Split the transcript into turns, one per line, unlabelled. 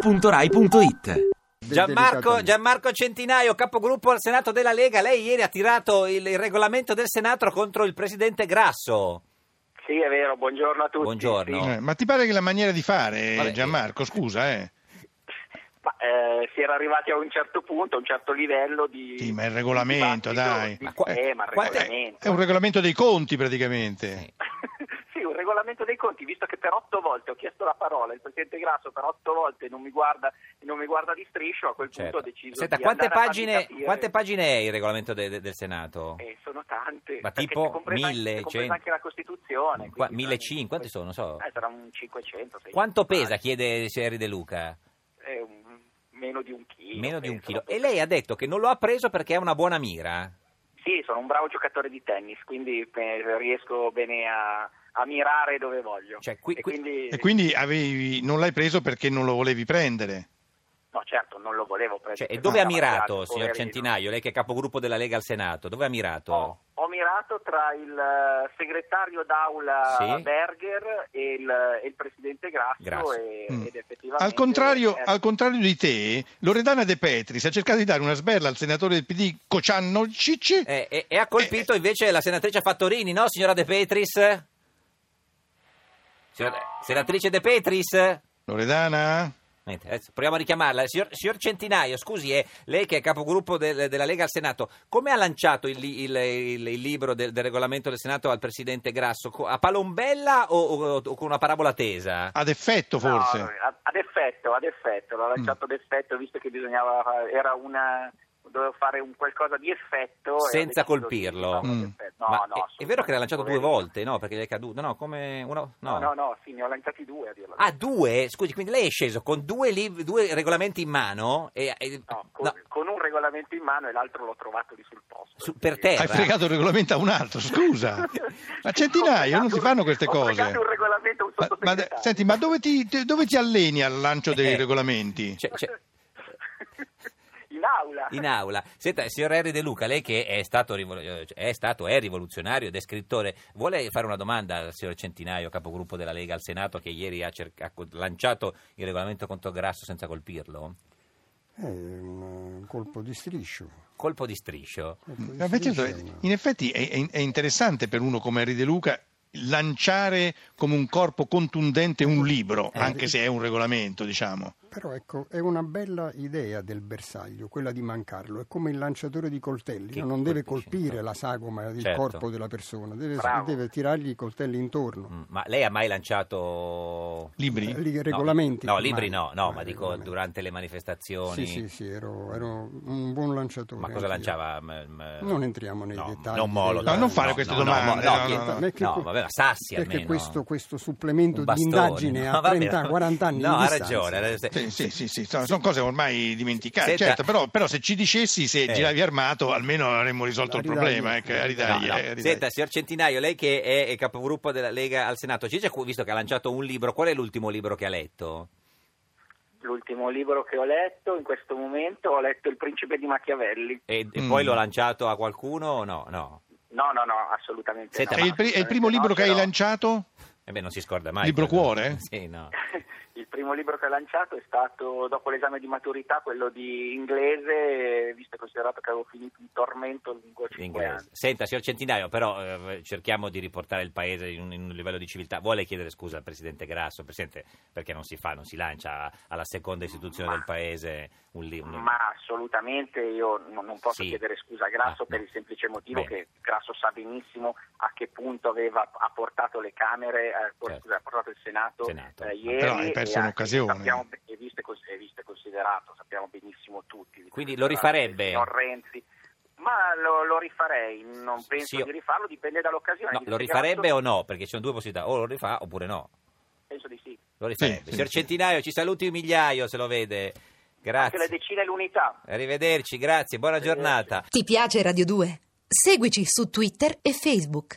radio2pod.rai.it
Gianmarco, Gianmarco Centinaio, capogruppo al Senato della Lega, lei ieri ha tirato il, il regolamento del Senato contro il presidente Grasso.
Sì, è vero, buongiorno a tutti.
Buongiorno.
Sì.
No.
Eh, ma ti pare che la maniera di fare,
Vabbè.
Gianmarco, scusa, eh?
Ma, eh, si era arrivati a un certo punto, a un certo livello di...
Sì, ma il regolamento,
di
dai.
dibattito,
Ma qua-
di- eh, ma il
quante-
regolamento.
È un regolamento dei conti
Eh,
praticamente.
sì, un regolamento dei conti, visto che per otto volte ho chiesto la parola, il Presidente Grasso per otto volte non mi guarda, non mi guarda di striscio, a quel
Certo.
punto ho deciso
Senta,
di
quante
andare a
pagine,
farmi capire.
quante pagine è il regolamento de- de- del Senato?
Eh, sono tante.
Ma
perché
tipo
c'è compresa anche-
mille,
c'è compresa
cento?
anche la Costituzione.
Qua-
quindi-
1500, quanti sono? Non so.
Eh, Ah, sarà un 500. 600.
Quanto pesa, chiede Seri De Luca?
Eh, un- meno di un chilo.
Meno di un
penso,
chilo.
non
E
penso-
lei ha detto che non lo ha preso perché è una buona mira?
Eh, Sì, sono un bravo giocatore di tennis, quindi eh, riesco bene a, a mirare dove voglio.
Cioè, qui-
e
qui-
quindi,
E quindi avevi- non l'hai preso perché non lo volevi prendere.
No, certo, non lo volevo prendere.
Cioè, e dove ha
Mancava
mirato,
Grasso,
signor
esatto, poverino.
Centinaio? Lei che è capogruppo della Lega al Senato, dove ha mirato?
Ho, ho mirato tra il eh, segretario d'aula
Sì.
Berger e il, eh, e il presidente Grasso,
Grasso.
e-
Mm.
ed effettivamente...
Al contrario,
eh,
al contrario di te, Loredana De Petris ha cercato di dare una sberla al senatore del PD Cocianno Cicci.
Eh, e, e ha colpito invece la senatrice Fattorini, no, signora De Petris? Signora- senatrice De Petris?
Loredana?
Niente, adesso proviamo a richiamarla. Signor, signor Centinaio, scusi, eh, lei che è capogruppo del- della Lega al Senato, come ha lanciato il, li- il- il- il libro del, del regolamento del Senato al presidente Grasso? Co- A palombella o, o- o con una parabola tesa?
Ad effetto
no,
forse.
ad ad effetto, ad effetto,
Mm.
l'ho lanciato ad effetto visto che bisognava, fa- era una... dovevo fare un qualcosa di effetto... e ho
Senza
deciso di
colpirlo.
farlo ad
Mm.
effetto. No,
Ma
no,
è, è vero che l'ha lanciato due
assolutamente.
volte, no? Perché gli è caduto, no? Come una,
No, no, no, sì, ne ho lanciati due a dirla.
Ah, due? Scusi, quindi lei è sceso con due, lib- due regolamenti in mano e... e-
No, con,
no,
con un regolamento in mano e l'altro l'ho trovato lì sul posto.
Su- per terra.
Hai fregato il regolamento a un altro, scusa. Ma centinaio, non si fanno queste
Ho
cose.
fregato un regolamento a un
Ma- ma,
sottosegretario.
senti, ma dove ti, te- dove ti alleni al lancio dei
Eh,
regolamenti?
c'è- c'è-
in aula.
in aula. Senta, signor Henry De Luca, lei che è stato, rivol- eh, è stato, è rivoluzionario ed è scrittore, vuole fare una domanda al signor Centinaio, capogruppo della Lega al Senato, che ieri ha, cer- ha co- lanciato il regolamento contro Grasso senza colpirlo?
È Eh, un, un colpo di striscio.
Colpo di striscio.
colpo di
Ma invece,
striscio, ma-
in effetti è, è- è interessante per uno come Henry De Luca lanciare come un corpo contundente un libro,
Eh,
anche se è un regolamento, diciamo.
Però ecco, è una bella idea del bersaglio, quella di mancarlo. È come il lanciatore di coltelli,
Che
no? non deve
colpisce,
colpire
no.
la sagoma, il
Certo.
corpo della persona, deve,
Bravo.
deve tirargli i coltelli intorno.
Mm, Ma lei ha mai lanciato...
Libri?
Eh, li-
No,
regolamenti.
No, libri
ormai.
no, no, ma
Ormai
dico
regolamenti.
durante le
Sì,
manifestazioni.
sì, sì, ero, ero un buon lanciatore.
Ma cosa
anch'io.
lanciava? m- m-
Non entriamo nei
no,
dettagli.
Non Molotov.
No, non fare
queste
Molotov,
domande,
No,
no,
chi-
no, no.
Perché
no,
que-
vabbè, ma Sassi
perché
almeno.
questo- questo supplemento
Un
di indagine a
Vabbè,
30, 40 anni
No,
di
ha
distanza.
ragione. adesso-
Sì, sì, sì, sì, sono, sono cose ormai dimenticate,
Senta-
certo, però, però se ci dicessi se
Eh.
giravi armato almeno avremmo risolto il
Arrivederci.
problema, ecco, a
No,
ridagli,
no.
eh, a ridagli.
Senta, signor Centinaio, lei che è capogruppo della Lega al Senato, ci dice, visto che ha lanciato un libro, qual è l'ultimo libro che ha letto?
L'ultimo libro che ho letto in questo momento ho letto Il principe di Machiavelli.
E, e
Mm.
poi l'ho lanciato a qualcuno o no? No.
No, no, no, assolutamente
Senta,
no.
È il, pri- è il primo
assolutamente
libro
no,
che hai
però-
lanciato?
E beh, non si scorda mai.
Libro
quello.
cuore?
Sì, no.
Il primo libro che ho lanciato è stato, dopo l'esame di maturità, quello di inglese, visto e considerato che avevo finito in tormento lungo
In
5 anni.
inglese. Senta, signor Centinaio, però eh, cerchiamo di riportare il paese in un, in un livello di civiltà. Vuole chiedere scusa al presidente Grasso, Presidente, perché non si fa, non si lancia alla seconda istituzione
Ma-
del paese un libro.
Ma assolutamente io non, non posso
Mm. Sì.
chiedere scusa a Grasso
Ah,
per
no.
il semplice motivo
Bene.
che Grasso sa benissimo a che punto aveva ha portato le Camere, eh, por-
Certo.
scusa, ha portato il Senato,
Senato. Ah,
eh, ieri.
Però hai perso
e anche
un'occasione.
Sappiamo, be- e visto, e cons- e visto e considerato, sappiamo benissimo tutti. di
Quindi
quello
lo
che sarà
rifarebbe?
il Signor Renzi. Ma lo, lo rifarei, non
Sì,
penso
io-
di rifarlo, dipende dall'occasione.
No,
Dice
lo rifarebbe
Grasso-
o no? Perché ci sono due possibilità, o lo rifà oppure no.
Penso di sì.
Lo rifarebbe.
sì,
Signor
sì.
Centinaio, ci saluti un migliaio se lo vede.
Anche la
Grazie.
decina è l'unità.
Arrivederci, grazie, buona
Arrivederci.
giornata.
Ti piace Radio 2? Seguici su Twitter e Facebook.